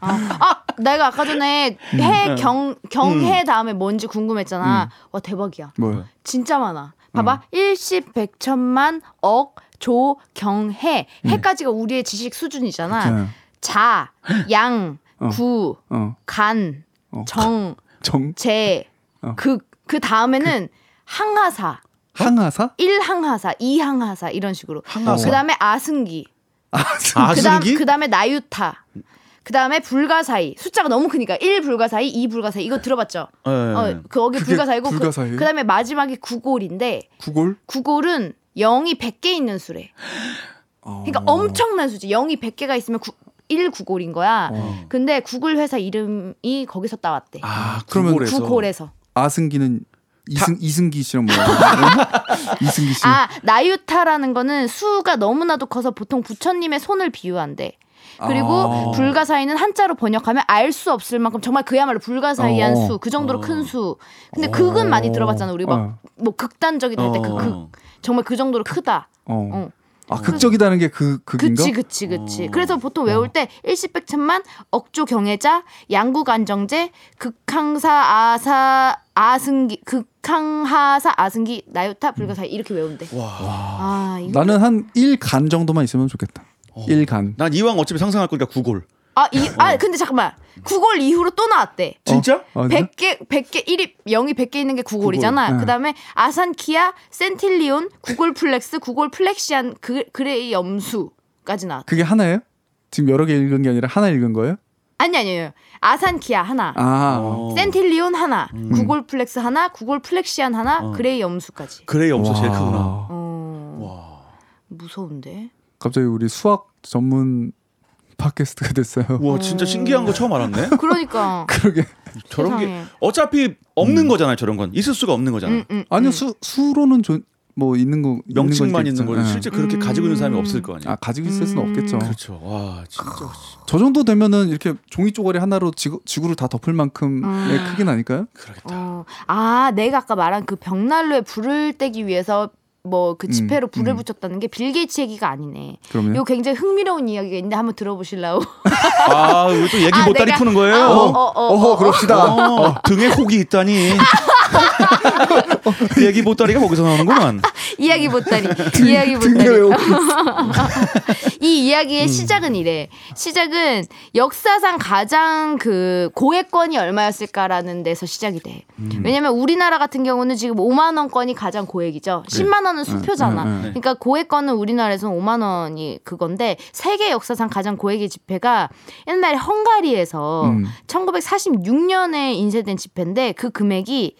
Speaker 2: 아, 아, 내가 아까 전에 해 경 경해 다음에 뭔지 궁금했잖아 와 대박이야
Speaker 1: 뭐요?
Speaker 2: 진짜 많아. 봐봐. 일십 백천만 억 조, 경, 해. 해까지가 우리의 지식 수준이잖아.
Speaker 1: 자,
Speaker 2: 자, 양, 구,
Speaker 1: 네. 어,
Speaker 2: 간,
Speaker 1: 어.
Speaker 2: 정,
Speaker 1: 정
Speaker 2: 재,
Speaker 1: 어.
Speaker 2: 극. 그 다음에는 항하사.
Speaker 1: 항하사?
Speaker 2: 일항하사, 이항하사 이런 식으로.
Speaker 3: 항하사.
Speaker 2: 그다음에 아승기.
Speaker 3: 아,
Speaker 2: 그다음
Speaker 3: 승기?
Speaker 2: 그다음에 나유타. 그다음에 불가사의. 숫자가 너무 크니까 1 불가사의, 2 불가사의. 이거 들어봤죠?
Speaker 3: 예, 예, 예.
Speaker 2: 어, 거기
Speaker 1: 네. 그게
Speaker 2: 불가사의고
Speaker 1: 불가사의?
Speaker 2: 그, 다음에 마지막이 구골인데
Speaker 1: 구골.
Speaker 2: 구골은 0이 100개 있는 수래.
Speaker 1: 어.
Speaker 2: 그러니까 엄청난 수지. 0이 100개가 있으면 구, 1 구골인 거야.
Speaker 1: 어.
Speaker 2: 근데 구글 회사 이름이 거기서 따왔대.
Speaker 3: 아,
Speaker 1: 그러면
Speaker 3: 구골에서.
Speaker 2: 구골에서.
Speaker 1: 아승기는 이승 이승기 씨랑 뭐야? 이승기 씨.
Speaker 2: 아 나유타라는 거는 수가 너무나도 커서 보통 부처님의 손을 비유한대. 그리고
Speaker 1: 아.
Speaker 2: 불가사의는 한자로 번역하면 알 수 없을 만큼 정말 그야말로 불가사의한
Speaker 1: 어.
Speaker 2: 수, 그 정도로
Speaker 3: 어.
Speaker 2: 큰 수. 근데 극은 많이 들어봤잖아. 우리 막
Speaker 1: 어.
Speaker 2: 뭐 극단적이다 할 때 그
Speaker 3: 어.
Speaker 2: 극. 정말 그 정도로 크다.
Speaker 1: 어.
Speaker 2: 어.
Speaker 1: 아 극적이라는 게 그 극인가?
Speaker 2: 그치 그치 그치.
Speaker 3: 어.
Speaker 2: 그래서 보통 외울 때 일시백천만 억조 경애자 양국 안정제 극항사 아사 아승기 극항하사 아승기 나유타 불가사의 이렇게 외운대.
Speaker 3: 와.
Speaker 2: 아 이거
Speaker 1: 나는 한 1간 정도만 있으면 좋겠다.
Speaker 3: 어.
Speaker 1: 일 1간.
Speaker 3: 난 이왕 어차피 상상할 거니까 구골.
Speaker 2: 아, 이, 아 근데 잠깐만. 구골 이후로 또 나왔대.
Speaker 3: 진짜?
Speaker 1: 어,
Speaker 2: 100개 100개 1위 0이 100개 있는 게 구골이잖아.
Speaker 1: 구골, 네.
Speaker 2: 그다음에 아산 키아 센틸리온 구골 플렉스 구골 플렉시안 그, 그레이 염수까지 나왔다.
Speaker 1: 그게 하나예요? 지금 여러 개 읽은 게 아니라 하나 읽은 거예요?
Speaker 2: 아니 아니 아니. 아산 키아 하나.
Speaker 1: 아.
Speaker 3: 어. 음.
Speaker 2: 센틸리온 하나, 구골 플렉스 하나, 구골 플렉시안 하나,
Speaker 3: 어.
Speaker 2: 그레이 염수까지.
Speaker 3: 그래 염소 제일
Speaker 1: 와.
Speaker 3: 크구나.
Speaker 2: 어,
Speaker 3: 와.
Speaker 2: 무서운데.
Speaker 1: 갑자기 우리 수학 전문 팟캐스트가 됐어요.
Speaker 3: 와 진짜 신기한 거 처음 알았네.
Speaker 2: 그러니까
Speaker 1: 그러게.
Speaker 3: 저런
Speaker 2: 세상에.
Speaker 3: 게 아. 어차피 없는 거잖아요. 저런 건 있을 수가 없는 거잖아요.
Speaker 2: 음, 음,
Speaker 1: 아니요
Speaker 2: 음.
Speaker 1: 수 수로는 좀, 뭐 있는 거 있는
Speaker 3: 명칭만
Speaker 1: 건지
Speaker 3: 있는 거지
Speaker 1: 있잖아요.
Speaker 3: 실제 그렇게 가지고 있는 사람이
Speaker 2: 음.
Speaker 3: 없을 거
Speaker 1: 예. 아
Speaker 3: 아니야.
Speaker 1: 가지고 있을 수는
Speaker 2: 음.
Speaker 1: 없겠죠.
Speaker 3: 그렇죠. 와 진짜.
Speaker 1: 저 정도 되면은 이렇게 종이 쪼가리 하나로 지구, 지구를 다 덮을 만큼의
Speaker 2: 아.
Speaker 1: 크긴 아닐까요?
Speaker 3: 그러겠다.
Speaker 2: 어, 아, 내가 아까 말한 그 벽난로에 불을 떼기 위해서 뭐 그 지폐로
Speaker 1: 음,
Speaker 2: 불을
Speaker 1: 음.
Speaker 2: 붙였다는 게 빌 게이츠 얘기가 아니네.
Speaker 1: 그러면
Speaker 2: 이거 굉장히 흥미로운 이야기가 있는데 한번 들어보실라고?
Speaker 3: 아 우리 또 얘기
Speaker 2: 아,
Speaker 3: 보따리
Speaker 2: 내가-
Speaker 3: 푸는 거예요.
Speaker 2: 아, 어, 어, 어,
Speaker 1: 어허 그럽시다.
Speaker 3: 어, 등에 혹이 있다니. 그 얘기 보따리가 거기서 나오는구만.
Speaker 2: 이야기 보따리, 이야기 보따리.
Speaker 1: 등겨요.
Speaker 2: 이 이야기의
Speaker 1: 음.
Speaker 2: 시작은 이래. 시작은 역사상 가장 그 고액권이 얼마였을까라는 데서 시작이 돼.
Speaker 1: 음.
Speaker 2: 왜냐면 우리나라 같은 경우는 지금 5만 원권이 가장 고액이죠.
Speaker 1: 네.
Speaker 2: 10만 원은 수표잖아.
Speaker 1: 응, 응, 응.
Speaker 2: 그러니까 고액권은 우리나라에서 5만 원이 그건데 세계 역사상 가장 고액의 지폐가 옛날에 헝가리에서
Speaker 1: 음.
Speaker 2: 1946년에 인쇄된 지폐인데 그 금액이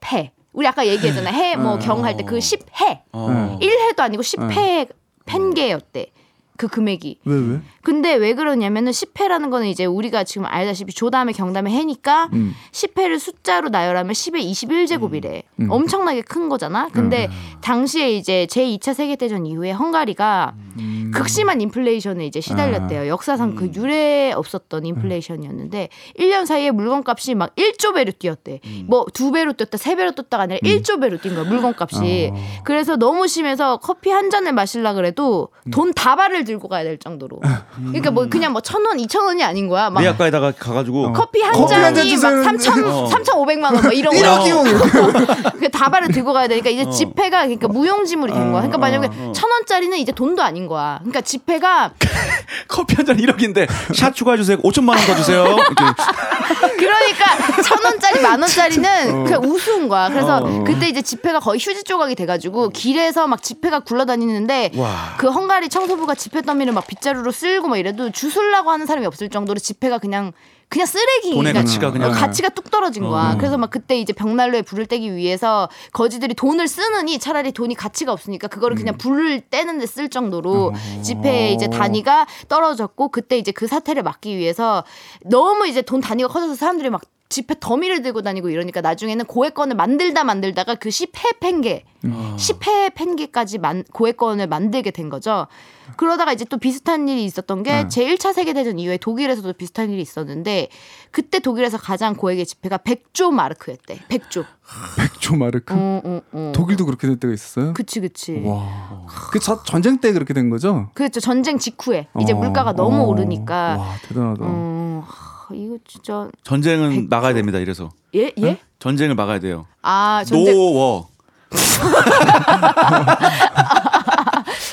Speaker 2: 10회. 우리 아까 얘기했잖아. 해 뭐
Speaker 1: 음.
Speaker 2: 경할 때 그 10회.
Speaker 3: 어.
Speaker 2: 1회도 아니고 10회 팬개였대. 그 금액이.
Speaker 1: 왜 왜?
Speaker 2: 근데 왜 그러냐면은 10회라는 거는 이제 우리가 지금 알다시피 조담에 경담에 해니까
Speaker 1: 음.
Speaker 2: 10회를 숫자로 나열하면 10의 21제곱이래.
Speaker 1: 음.
Speaker 2: 엄청나게 큰 거잖아. 근데 당시에 이제 제2차 세계대전 이후에 헝가리가
Speaker 1: 음. 아.
Speaker 2: 극심한 인플레이션에 이제 시달렸대요. 역사상 그 유례 없었던 인플레이션이었는데
Speaker 1: 음.
Speaker 2: 1년 사이에 물건값이 막 1조 배로 뛰었대. 뭐 두 배로 뛰었다, 세 배로 뛰었다가 아니라
Speaker 1: 음.
Speaker 2: 1조 배로 뛴 거야 물건값이.
Speaker 1: 아.
Speaker 2: 그래서 너무 심해서 커피 한 잔을 마실라 그래도
Speaker 1: 음.
Speaker 2: 돈 다발을 들고 가야 될 정도로. 그러니까 뭐 그냥 뭐 천 원, 이천 원이 아닌 거야. 막
Speaker 3: 내학과에다가 가가지고
Speaker 2: 커피 한
Speaker 1: 커피 한
Speaker 2: 잔이
Speaker 1: 잔
Speaker 2: 막
Speaker 1: 주세요.
Speaker 2: 3천,
Speaker 3: 어.
Speaker 2: 3,500만 원 막 이런 거.
Speaker 1: 일억이요.
Speaker 2: 그 다발을 들고 가야 되니까 이제
Speaker 3: 어.
Speaker 2: 지폐가 그러니까 무용지물이 된 거야. 그러니까 만약에
Speaker 3: 어.
Speaker 2: 천 원짜리는 이제 돈도 아닌 거야. 그러니까 지폐가
Speaker 3: 커피 한 잔 1억인데 샷 추가해 주세요. 5천만 원 더 주세요. 이렇게.
Speaker 2: 그러니까 천 원짜리 만 원짜리는 그냥 우스운 거야. 그래서
Speaker 3: 어.
Speaker 2: 그때 이제 지폐가 거의 휴지 조각이 돼가지고 길에서 막 지폐가 굴러다니는데
Speaker 3: 와.
Speaker 2: 그 헝가리 청소부가 지폐 더미를 막 빗자루로 쓸고 막 이래도 주술라고 하는 사람이 없을 정도로 지폐가 그냥 그냥 쓰레기
Speaker 3: 돈의
Speaker 2: 그러니까
Speaker 3: 가치가 그냥.
Speaker 2: 어, 가치가 뚝 떨어진 거야. 그래서 막 그때 이제 벽난로에 불을 떼기 위해서 거지들이 돈을 쓰느니 차라리 돈이 가치가 없으니까 그거를
Speaker 3: 음.
Speaker 2: 그냥 불을 떼는데 쓸 정도로
Speaker 3: 어.
Speaker 2: 지폐의 이제 단위가 떨어졌고 그때 이제 그 사태를 막기 위해서 너무 이제 돈 단위가 커져서 사람들이 막 지폐 더미를 들고 다니고 이러니까 나중에는 고액권을 만들다 만들다가 그 10회 팽개,
Speaker 1: 어.
Speaker 2: 10회 팽개까지 만, 고액권을 만들게 된 거죠. 그러다가 이제 또 비슷한 일이 있었던 게
Speaker 1: 네.
Speaker 2: 제 1차 세계대전 이후에 독일에서도 비슷한 일이 있었는데 그때 독일에서 가장 고액의 지폐가 100조 마르크였대. 100조.
Speaker 1: 백조 마르크.
Speaker 2: 어, 어, 어.
Speaker 1: 독일도 그렇게 될 때가 있었어요?
Speaker 2: 그치, 그치.
Speaker 1: 음. 와. 그 저- 전쟁 때 그렇게 된 거죠?
Speaker 2: 그렇죠. 전쟁 직후에 이제
Speaker 1: 어.
Speaker 2: 물가가 너무
Speaker 1: 어.
Speaker 2: 오르니까.
Speaker 1: 와 대단하다.
Speaker 2: 어, 하, 이거 진짜
Speaker 3: 전쟁은 막아야 됩니다. 이래서
Speaker 2: 예, 예?
Speaker 1: 네?
Speaker 3: 전쟁을 막아야 돼요.
Speaker 2: 그렇죠. 아, 전쟁
Speaker 3: 노워.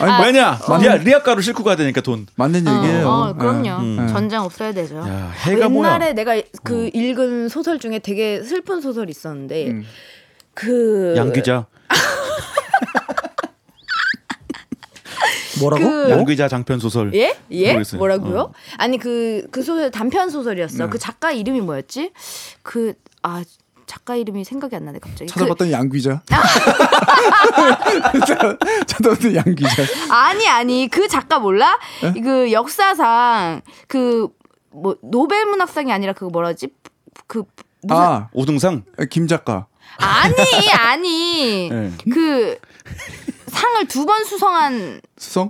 Speaker 1: 아니,
Speaker 3: 아, 왜냐? 야 리학과로 싣고 가야 되니까 돈.
Speaker 1: 맞는 얘기예요.
Speaker 2: 어, 그럼요.
Speaker 1: 예. 예.
Speaker 2: 전쟁 없어야 되죠.
Speaker 3: 야, 해가 뭐야? 어.
Speaker 2: 옛날에 내가 그 읽은 소설 중에 되게 슬픈 소설이 있었는데
Speaker 1: 음.
Speaker 2: 그
Speaker 3: 양귀자.
Speaker 4: 뭐라고?
Speaker 2: 그-
Speaker 3: 연기자 장편 소설.
Speaker 2: 예? 예?
Speaker 3: 모르겠어요.
Speaker 2: 뭐라고요?
Speaker 3: 어. 음.
Speaker 2: 아니 그 그 소설 단편 소설이었어. 그 작가 이름이 뭐였지? 그 아 작가 이름이 생각이 안 나네 갑자기. 그
Speaker 1: 찾아봤더니 양귀자. 찾아봤더니 양귀자.
Speaker 2: 그, 아니 아니 그 작가 몰라? 그 역사상 그 뭐 노벨 문학상이 아니라 그거 뭐라지? 그 무슨 아.
Speaker 1: 아,
Speaker 3: 오등상.
Speaker 1: 김 작가.
Speaker 2: 니 아니
Speaker 3: 예.
Speaker 2: 그 상을 두 번 수상한
Speaker 1: 수성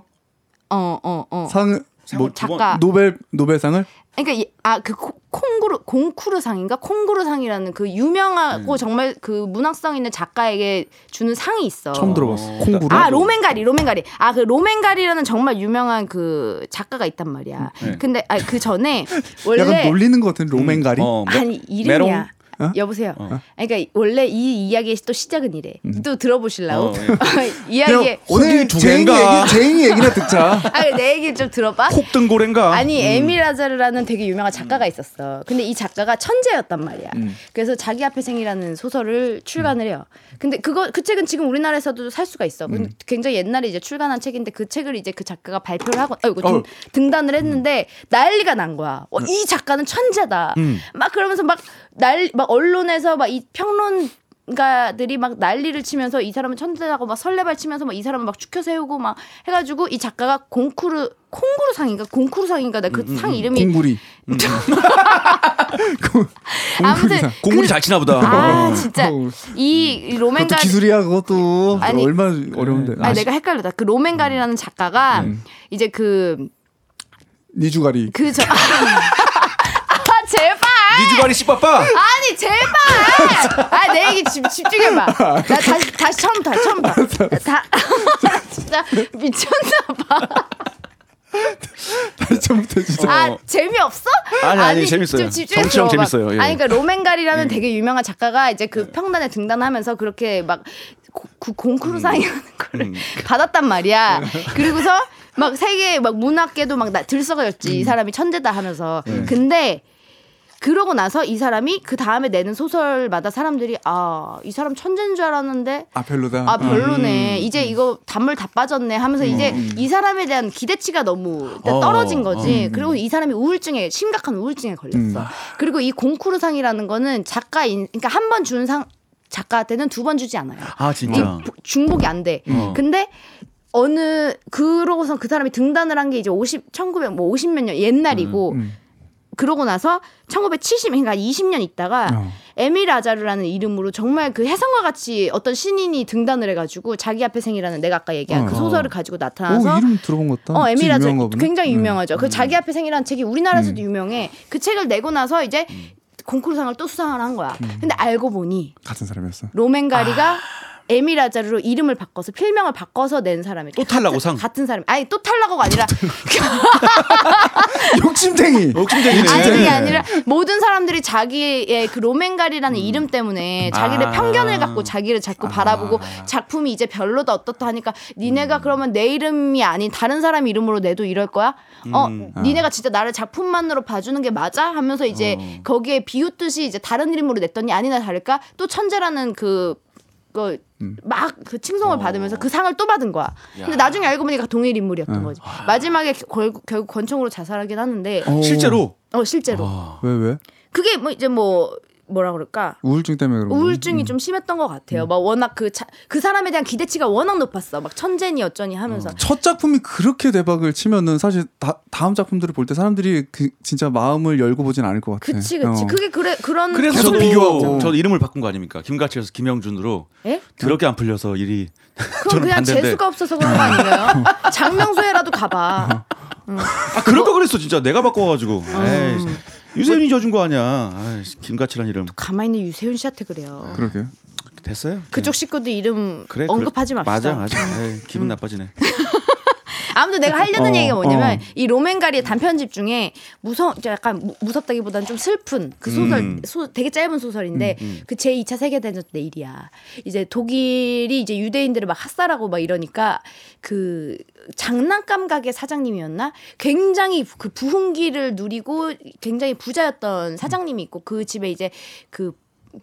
Speaker 2: 어 어어 아.
Speaker 1: 상 뭐,
Speaker 2: 작가
Speaker 1: 노벨 노벨상을
Speaker 2: 그러니까 아그 콩쿠르 공쿠르상인가 콩쿠르상이라는 그 유명하고
Speaker 1: 음.
Speaker 2: 정말 그 문학성 있는 작가에게 주는 상이 있어.
Speaker 1: 처음 들어봤어. 콩구르.
Speaker 2: 아 로맨가리 로맨가리 아 그 로맨가리라는 정말 유명한 그 작가가 있단 말이야.
Speaker 3: 네.
Speaker 2: 근데 아 그 전에
Speaker 1: 음, 약간
Speaker 2: 원래
Speaker 1: 놀리는 것 같은 로맨가리.
Speaker 3: 어, 뭐-
Speaker 2: 아니
Speaker 3: 메롱?
Speaker 2: 이름이야.
Speaker 1: 어? 음.
Speaker 2: 여보세요. 그러니까 원래 이 이야기의 또 시작은 이래. 또 들어보실라고
Speaker 3: 어,
Speaker 1: 예. 그냥
Speaker 2: 이야기의
Speaker 1: 오늘
Speaker 3: 두
Speaker 1: 제인
Speaker 3: 개인가?
Speaker 1: 얘기 제인 얘기나 듣자.
Speaker 2: 아내 얘기 좀 들어봐.
Speaker 3: 콕등고래인가?
Speaker 2: 아니 에미 라자르라는 되게 유명한 작가가 있었어. 근데 이 작가가 천재였단 말이야. 그래서 자기 앞에 생이라는 소설을 출간을 해요. 근데 그거 그 책은 지금 우리나라에서도 살 수가 있어. 근데 굉장히 옛날에 이제 출간한 책인데 그 책을 이제 그 작가가 발표를 하고 아이고 등,
Speaker 1: 어우. 음.
Speaker 2: 등단을 했는데 난리가 난 거야. 어, 이 작가는 천재다.
Speaker 1: 음.
Speaker 2: 막 그러면서 막날막 언론에서 막 이 평론 가들이 막 난리를 치면서 이 사람은 천재라고 막 설레발 치면서 막 이 사람은 막 축켜 세우고 막 해가지고 이 작가가 공쿠르 콩쿠르 상인가 공쿠르 상인가 나 그 상 이름이
Speaker 1: 음, 공구리. 음. 공-
Speaker 2: 아무튼
Speaker 1: 공구리상.
Speaker 3: 공군이 잘 치나 보다.
Speaker 2: 아
Speaker 1: 어.
Speaker 2: 진짜
Speaker 1: 어.
Speaker 2: 이
Speaker 1: 그것도
Speaker 2: 로맨가
Speaker 1: 기술이야 그것도
Speaker 2: 아니-
Speaker 1: 얼마나 어려운데.
Speaker 2: 아 내가 헷갈렸다 그
Speaker 1: 음.
Speaker 2: 로맨가리라는 작가가 이제 그
Speaker 1: 니주가리.
Speaker 2: 그저 아 제발
Speaker 3: 니주가리 씨빠빠.
Speaker 2: 아니 제발 아 내 얘기 집, 집중해봐 나 다시 다시 처음부터 처음부터 다 진짜 미쳤나봐
Speaker 1: 다시 처음부터 진짜.
Speaker 2: 아 재미없어?
Speaker 3: 아니, 아니, 재밌어요.
Speaker 2: 좀 집중해서
Speaker 3: 정치형
Speaker 2: 들어봐.
Speaker 3: 재밌어요. 예.
Speaker 2: 아니 그러니까 로맨가리라는 되게 유명한 작가가 이제 그 평단에 등단하면서 그렇게 막 고- 그
Speaker 3: 음.
Speaker 2: 공쿠르상이라는 거를
Speaker 3: 그러니까.
Speaker 2: 받았단 말이야. 그리고서 막 세계 막 문학계도 막 나- 들썩였지
Speaker 3: 음.
Speaker 2: 이 사람이 천재다 하면서.
Speaker 3: 예.
Speaker 2: 근데 그러고 나서 이 사람이 그 다음에 내는 소설마다 사람들이 아 이 사람 천재인 줄 알았는데
Speaker 1: 아 별로다.
Speaker 2: 아 별로네. 이제 이거 단물 다 빠졌네 하면서 이제 이 사람에 대한 기대치가 너무 일단
Speaker 3: 어,
Speaker 2: 떨어진 거지. 그리고 이 사람이 우울증에 심각한 우울증에 걸렸어. 그리고 이 공쿠르상이라는 거는 작가인 그러니까 한 번 준 상 작가한테는 두 번 주지 않아요.
Speaker 3: 아 진짜.
Speaker 1: 어.
Speaker 2: 이 보- 중복이 안 돼.
Speaker 3: 어.
Speaker 2: 근데 어느 그러고선 그 사람이 등단을 한 게 이제 50 1900 뭐 50 몇 년 옛날이고
Speaker 1: 음,
Speaker 2: 그러고 나서 1970 그러니까 20년 있다가
Speaker 1: 어.
Speaker 2: 에밀 아자르라는 이름으로 정말 그 해성과 같이 어떤 신인이 등단을 해가지고 자기 앞에 생이라는 내가 아까 얘기한 그
Speaker 1: 어.
Speaker 2: 소설을 가지고
Speaker 1: 오
Speaker 2: 나타나서
Speaker 1: 이름 들어본 것 같다.
Speaker 2: 어, 에밀
Speaker 1: 진짜
Speaker 2: 아자
Speaker 1: 유명한가 보네.
Speaker 2: 굉장히
Speaker 1: 음.
Speaker 2: 유명하죠. 그 자기 앞에 생이라는 책이 우리나라에서도 유명해. 그 책을 내고 나서 이제
Speaker 1: 음.
Speaker 2: 공쿠르상을 또 수상을 한 거야. 근데 알고 보니
Speaker 1: 같은 사람이었어.
Speaker 2: 로맨가리가 에미라자르로 이름을 바꿔서 필명을 바꿔서 낸 사람이
Speaker 3: 또 탈라고 상?
Speaker 2: 같은 사람 아니 또 탈라고가 아니라
Speaker 1: 욕심쟁이.
Speaker 3: 욕심쟁이네.
Speaker 2: 아니
Speaker 1: 진짜요?
Speaker 2: 그게 아니라 모든 사람들이 자기의 그 로맨가리라는 이름 때문에 자기를
Speaker 3: 아.
Speaker 2: 편견을 갖고 자기를 자꾸 바라보고 작품이 이제 별로다 어떻다 하니까 니네가 그러면 내 이름이 아닌 다른 사람 이름으로 내도 이럴 거야? 어 니네가 진짜 나를 작품만으로 봐주는 게 맞아? 하면서 이제 거기에 비웃듯이 이제 다른 이름으로 냈더니 아니나 다를까 또 천재라는 그 그, 막, 그 칭송을 받으면서 그 상을 또 받은 거야. 근데 나중에 알고 보니까 동일 인물이었던 거지. 마지막에 결, 결국 권총으로 자살하긴 하는데.
Speaker 3: 실제로
Speaker 2: 어 실제로
Speaker 1: 왜 왜?
Speaker 2: 그게 뭐 이제 뭐 뭐라 그럴까
Speaker 1: 우울증 때문에
Speaker 3: 음.
Speaker 1: 그런 거.
Speaker 2: 우울증이 좀 심했던 것 같아요. 막 워낙 그 그 사람에 대한 기대치가 워낙 높았어. 막 천재니 어쩌니 하면서
Speaker 1: 첫 작품이 그렇게 대박을 치면은 사실 다, 다음 작품들을 볼 때 사람들이 그, 진짜 마음을 열고 보진 않을 것 같아.
Speaker 2: 그치 그치
Speaker 1: 어.
Speaker 2: 그게 그래 그런
Speaker 3: 네. 그래서
Speaker 1: 계속
Speaker 3: 저도
Speaker 1: 비교하고.
Speaker 3: 저도 이름을 바꾼 거 아닙니까? 김가치에서 김영준으로
Speaker 2: 예?
Speaker 3: 더럽게 안 풀려서 일이
Speaker 2: 그건
Speaker 3: 저는
Speaker 2: 그냥
Speaker 3: 반대인데.
Speaker 2: 재수가 없어서 그런 거 아닌가요? 장명소에라도 가봐.
Speaker 3: 아 그럴 거 그랬어 진짜 내가 바꿔가지고
Speaker 2: 아.
Speaker 3: 에이, 유세윤이
Speaker 2: 뭐
Speaker 3: 져준 거 아니야 아이, 김가치란 이름
Speaker 2: 가만히 있는 유세윤 씨한테 그래요.
Speaker 1: 그러게.
Speaker 3: 됐어요
Speaker 2: 그쪽 식구들 이름
Speaker 3: 네. 그래,
Speaker 2: 언급하지
Speaker 3: 그래.
Speaker 2: 맙시다. 음.
Speaker 3: 맞아 맞아 에이, 기분 나빠지네
Speaker 2: 아무튼 내가 하려는
Speaker 1: 어,
Speaker 2: 얘기가 뭐냐면
Speaker 1: 어.
Speaker 2: 이 로맨가리의 단편집 중에 무서 이제 약간 무- 무섭다기보다는 좀 슬픈 그 소설
Speaker 1: 음.
Speaker 2: 소, 되게 짧은 소설인데 그 제 2차 세계 대전 때 일이야. 이제 독일이 이제 유대인들을 막 학살하고 막 이러니까 그 장난감 가게 사장님이었나? 굉장히 부- 그 부흥기를 누리고 굉장히 부자였던 사장님이 있고 그 집에 이제 그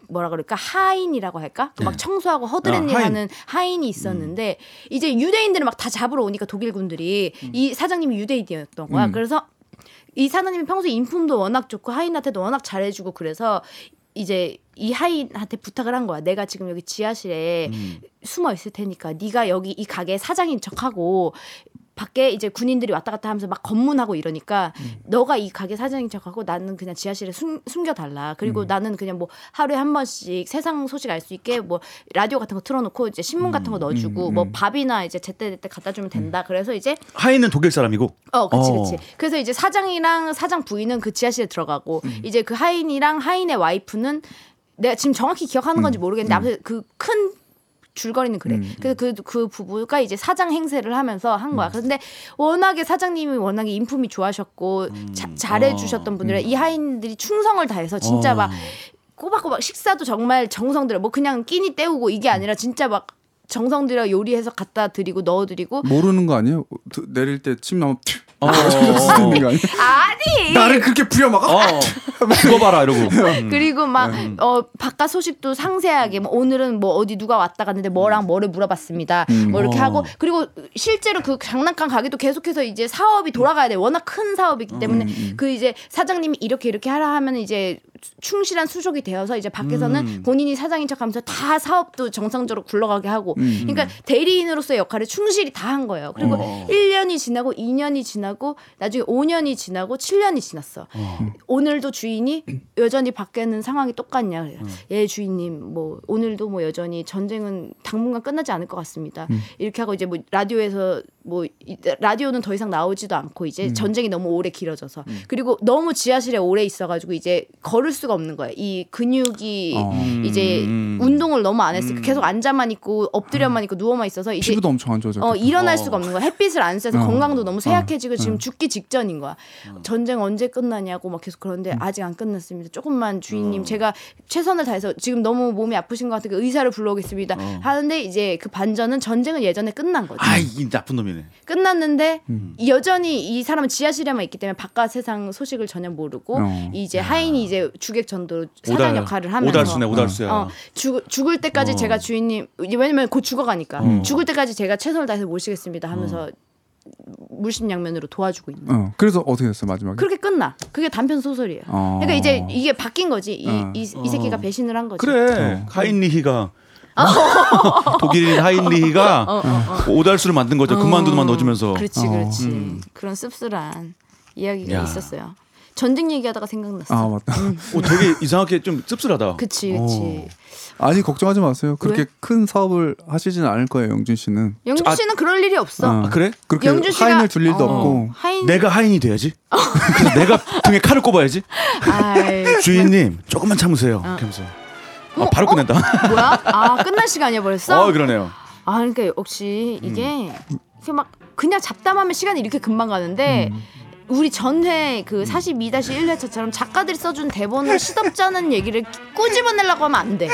Speaker 2: 뭐라 그럴까 하인이라고 할까
Speaker 1: 네.
Speaker 2: 막 청소하고 허드렛
Speaker 3: 아,
Speaker 2: 일하는 하인. 이 있었는데 이제 유대인들을 막 다 잡으러 오니까 독일군들이 이 사장님이 유대인이었던 거야. 그래서 이 사장님이 평소 에 인품도 워낙 좋고 하인한테도 워낙 잘해주고 그래서 이제 이 하인한테 부탁을 한 거야. 내가 지금 여기 지하실에 숨어 있을 테니까 네가 여기 이 가게 사장인 척하고 밖에 이제 군인들이 왔다 갔다 하면서 막 검문하고 이러니까 너가 이 가게 사장인 척하고 나는 그냥 지하실에 숨, 숨겨달라. 그리고 나는 그냥 뭐 하루에 한 번씩 세상 소식 알 수 있게 뭐 라디오 같은 거 틀어놓고 이제 신문 같은 거 넣어주고 뭐 밥이나 이제 제때 제때 갖다 주면 된다. 그래서 이제
Speaker 3: 하인은 독일 사람이고
Speaker 2: 어, 그치,
Speaker 3: 어.
Speaker 2: 그치. 그래서 이제 사장이랑 사장 부인은 그 지하실에 들어가고, 이제 그 하인이랑 하인의 와이프는 내가 지금 정확히 기억하는 건지 모르겠는데, 아무튼 그 큰 줄거리는 그래. 그래서 그, 그 부부가 이제 사장 행세를 하면서 한 거야. 그런데 워낙에 사장님이 워낙에 인품이 좋아하셨고, 자- 잘해주셨던 분들이 이 하인들이 충성을 다해서 진짜 막 꼬박꼬박 식사도 정말 정성 들여. 뭐 그냥 끼니 때우고 이게 아니라 진짜 막 정성 들여 요리해서 갖다 드리고 넣어드리고.
Speaker 1: 모르는 거 아니에요? 어, 드- 내릴 때침 나면 툭
Speaker 3: 어,
Speaker 1: 수도 있는 거 아니에요?
Speaker 2: 아니!
Speaker 1: 나를 그렇게 부려먹어?
Speaker 3: 어, 죽어봐라 이러고
Speaker 2: 그리고 막 어, 바깥 소식도 상세하게 뭐 오늘은 뭐 어디 누가 왔다 갔는데 뭐랑 뭐를 물어봤습니다. 뭐 이렇게 하고 그리고 실제로 그 장난감 가게도 계속해서 이제 사업이 돌아가야 돼. 요 워낙 큰 사업이기 때문에 그 이제 사장님이 이렇게 이렇게 하라 하면 이제 충실한 수족이 되어서 이제 밖에서는 본인이 사장인 척하면서 다 사업도 정상적으로 굴러가게 하고 그러니까 대리인으로서의 역할을 충실히 다 한 거예요. 그리고 1년이 지나고 2년이 지나고 나중에 5년이 지나고 7년이 지났어. 오늘도 주인이 여전히 밖에는 상황이 똑같냐. 예, 주인님, 뭐, 오늘도 뭐 여전히 전쟁은 당분간 끝나지 않을 것 같습니다. 이렇게 하고 이제 뭐 라디오에서 뭐, 이- 라디오는 더 이상 나오지도 않고 이제 전쟁이 너무 오래 길어져서. 그리고 너무 지하실에 오래 있어가지고 이제 걸을 수가 없는 거예요. 이 근육이 이제
Speaker 3: 음.
Speaker 2: 운동을 너무 안 했으니까 계속 앉아만 있고 엎드려만 있고 누워만 있어서 이제
Speaker 1: 피부도 엄청 안 좋아졌고.
Speaker 2: 어 일어날
Speaker 3: 어. 음.
Speaker 2: 수가 없는 거야. 햇빛을 안 쐬서
Speaker 1: 어.
Speaker 2: 건강도 너무 쇠약해지고 지금 죽기 직전인 거야. 전쟁 언제 끝나냐고 막 계속
Speaker 3: 음.
Speaker 2: 그런데 아직 안 끝났습니다. 조금만 주인님 제가 최선을 다해서 지금 너무 몸이 아프신 것 같으니까 의사를 불러오겠습니다. 하는데 이제 그 반전은 전쟁은 예전에 끝난 거지.
Speaker 3: 어. 아이 음. 이 나쁜 놈이네
Speaker 2: 끝났는데 여전히 이 사람은 지하실에만 있기 때문에 바깥 세상 소식을 전혀 모르고
Speaker 1: 어.
Speaker 2: 이제 하인이 이제 주객 전도로 사장
Speaker 3: 오달
Speaker 2: 역할을 하면서
Speaker 3: 오달수네 오달수야
Speaker 2: 어, 죽, 죽을 때까지
Speaker 3: 어.
Speaker 2: 제가 주인님 왜냐면 곧 죽어가니까 죽을 때까지 제가 최선을 다해서 모시겠습니다 하면서 물심양면으로 도와주고 있는
Speaker 1: 어, 그래서 어떻게 됐어요 마지막에?
Speaker 2: 그렇게 끝나 그게 단편 소설이에요
Speaker 1: 어.
Speaker 2: 그러니까 이제 이게 바뀐 거지 이,
Speaker 1: 어.
Speaker 2: 이, 이 새끼가 배신을 한 거지 어.
Speaker 3: 그래 하인리히가 독일인 하인리히가
Speaker 2: 어,
Speaker 3: 오달수를 만든 거죠 금만두만 넣어주면서
Speaker 2: 그렇지 그렇지 그런 씁쓸한 이야기가
Speaker 3: 야.
Speaker 2: 있었어요 전쟁 얘기하다가 생각났어
Speaker 1: 아 맞다.
Speaker 3: 어, 되게 이상하게 좀 씁쓸하다
Speaker 2: 그치 그치
Speaker 1: 아니 걱정하지 마세요. 그렇게
Speaker 2: 왜?
Speaker 1: 큰 사업을 하시진 않을 거예요 영준 씨는.
Speaker 2: 영준
Speaker 3: 아,
Speaker 2: 씨는 그럴 일이 없어
Speaker 1: 어.
Speaker 3: 아, 그래
Speaker 1: 그렇게
Speaker 2: 영준 씨가
Speaker 1: 하인을 둘 일도
Speaker 2: 어,
Speaker 1: 없고.
Speaker 2: 하인
Speaker 3: 음. 내가 하인이 돼야지
Speaker 2: 어.
Speaker 3: 그래서 내가 등에 칼을 꼽아야지
Speaker 2: 아이,
Speaker 3: 주인님 조금만 참으세요 하면서 아,
Speaker 2: 어. 어머,
Speaker 3: 바로 끝낸다
Speaker 2: 뭐야 아 끝날 시간이야 벌써
Speaker 3: 어 그러네요
Speaker 2: 아 그러니까 역시 이게 이게 막 그냥 잡담하면 시간이 이렇게 금방 가는데 우리 전회 그 42-1회차처럼 작가들이 써준 대본을 시덥잖은 얘기를 꼬집어내려고 하면 안 돼.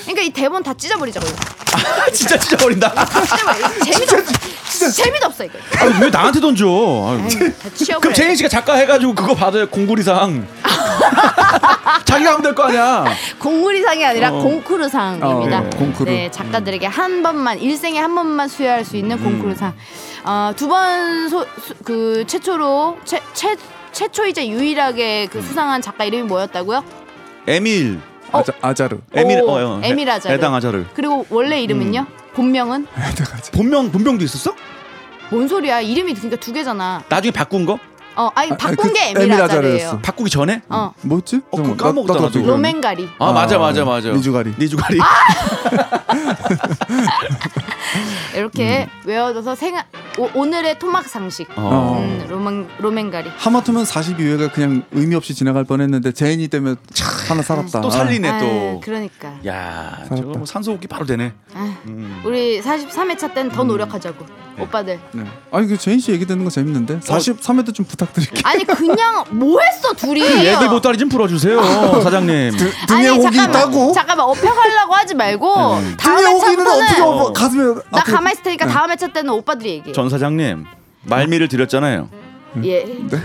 Speaker 2: 그러니까 이 대본 다 찢어버리자고. 이거.
Speaker 3: 아, 진짜 진짜 버린다
Speaker 2: 찢어버려. 이거 재미도 없어. 재미도 없어 이거.
Speaker 3: 아니, 왜 나한테 던져 아유.
Speaker 2: 에이, 다
Speaker 3: 그럼
Speaker 2: 치워버려.
Speaker 3: 재인 씨가 작가 해가지고 그거 받아요 공구리상 자기가 하면 될 거 아니야
Speaker 2: 공무리상이 아니라
Speaker 3: 어.
Speaker 2: 공쿠르상입니다.
Speaker 1: 어, 네, 공쿠르.
Speaker 2: 네, 작가들에게 한 번만 일생에 한 번만 수여할 수 있는 공쿠르상. 어, 두번그 최초로 최, 최 최초이자 유일하게 그 수상한 작가 이름이 뭐였다고요?
Speaker 3: 에밀
Speaker 2: 어.
Speaker 1: 아자, 아자르.
Speaker 3: 에밀
Speaker 2: 오,
Speaker 3: 어, 어, 해-
Speaker 2: 에밀 아자르.
Speaker 3: 해당 아자를
Speaker 2: 그리고 원래 이름은요? 본명은?
Speaker 1: 네,
Speaker 3: 본명 본명도 있었어?
Speaker 2: 뭔 소리야? 이름이 그러니까 두 개잖아.
Speaker 3: 나중에 바꾼 거?
Speaker 2: 어, 아니
Speaker 1: 아,
Speaker 2: 바꾼
Speaker 1: 그
Speaker 2: 게 에밀
Speaker 1: 에밀
Speaker 2: 아자르예요.
Speaker 1: 아자르였어.
Speaker 3: 바꾸기 전에?
Speaker 2: 어,
Speaker 1: 뭐였지?
Speaker 3: 그거
Speaker 1: 잠깐만, 나-
Speaker 3: 까먹었다,
Speaker 1: 나도 갑자기
Speaker 3: 나도.
Speaker 1: 그러네.
Speaker 2: 로맨가리.
Speaker 3: 아,
Speaker 1: 아,
Speaker 3: 맞아 맞아 맞아
Speaker 1: 리주가리.
Speaker 3: 리주가리
Speaker 2: 이렇게 외워져서 생활 오, 오늘의 토막 상식.
Speaker 3: 어.
Speaker 2: 음, 로맨 로맨가리.
Speaker 1: 하마터면 42회가 그냥 의미 없이 지나갈 뻔했는데 제인이 때문에 하나 살았다.
Speaker 3: 또 살리네
Speaker 2: 아유,
Speaker 3: 또
Speaker 2: 그러니까.
Speaker 3: 야,
Speaker 1: 살았다.
Speaker 3: 저거 뭐 산소 호흡기 바로 되네.
Speaker 2: 아유.
Speaker 3: 음.
Speaker 2: 우리 43회차 때는 더 노력하자고 오빠들
Speaker 1: 음. 네. 아니 그 제인 씨 얘기 듣는 거
Speaker 3: 어.
Speaker 1: 재밌는데 43회도 좀 부탁드릴게요.
Speaker 2: 아니 그냥 뭐 했어 둘이
Speaker 3: 그 얘들 보따리 좀 풀어주세요, 사장님.
Speaker 1: 그 등에
Speaker 2: 아니,
Speaker 1: 혹이
Speaker 2: 잠깐만,
Speaker 1: 있다고? 네.
Speaker 2: 잠깐만 업혀가려고 하지 말고
Speaker 1: 등에
Speaker 2: 다음에 차
Speaker 1: 혹이
Speaker 2: 때는
Speaker 1: 있는데 어떻게 어. 가슴에
Speaker 2: 나
Speaker 1: 앞에-
Speaker 2: 가만히 있을 테니까 다음에 차 때는 오빠들이 얘기해
Speaker 3: 전 사장님 말미를 드렸잖아요.
Speaker 2: 예.
Speaker 1: 네.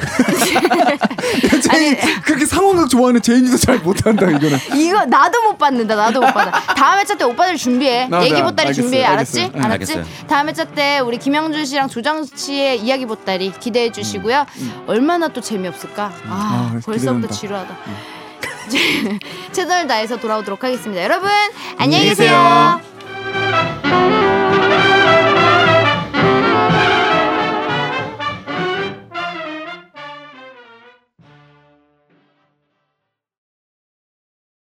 Speaker 1: 제인 그렇게 상황극 좋아하는 제인이도 잘 못한다 이거는.
Speaker 2: 이거 나도 못 받는다. 나도 못 받아. 다음 회차 때 오빠들 준비해.
Speaker 1: 아, 네,
Speaker 2: 얘기 보따리
Speaker 1: 알겠어요,
Speaker 2: 준비해. 알았지?
Speaker 1: 알겠어요.
Speaker 3: 응,
Speaker 2: 알았지?
Speaker 3: 알겠어요.
Speaker 2: 다음 회차 때 우리 김영준 씨랑 조장 씨의 이야기 보따리 기대해 주시고요. 얼마나 또 재미없을까? 아,
Speaker 1: 아, 기대된다.
Speaker 2: 벌써부터 지루하다. 최선을 다해서 돌아오도록 하겠습니다. 여러분, 안녕히
Speaker 3: 안녕히 계세요.
Speaker 2: 계세요.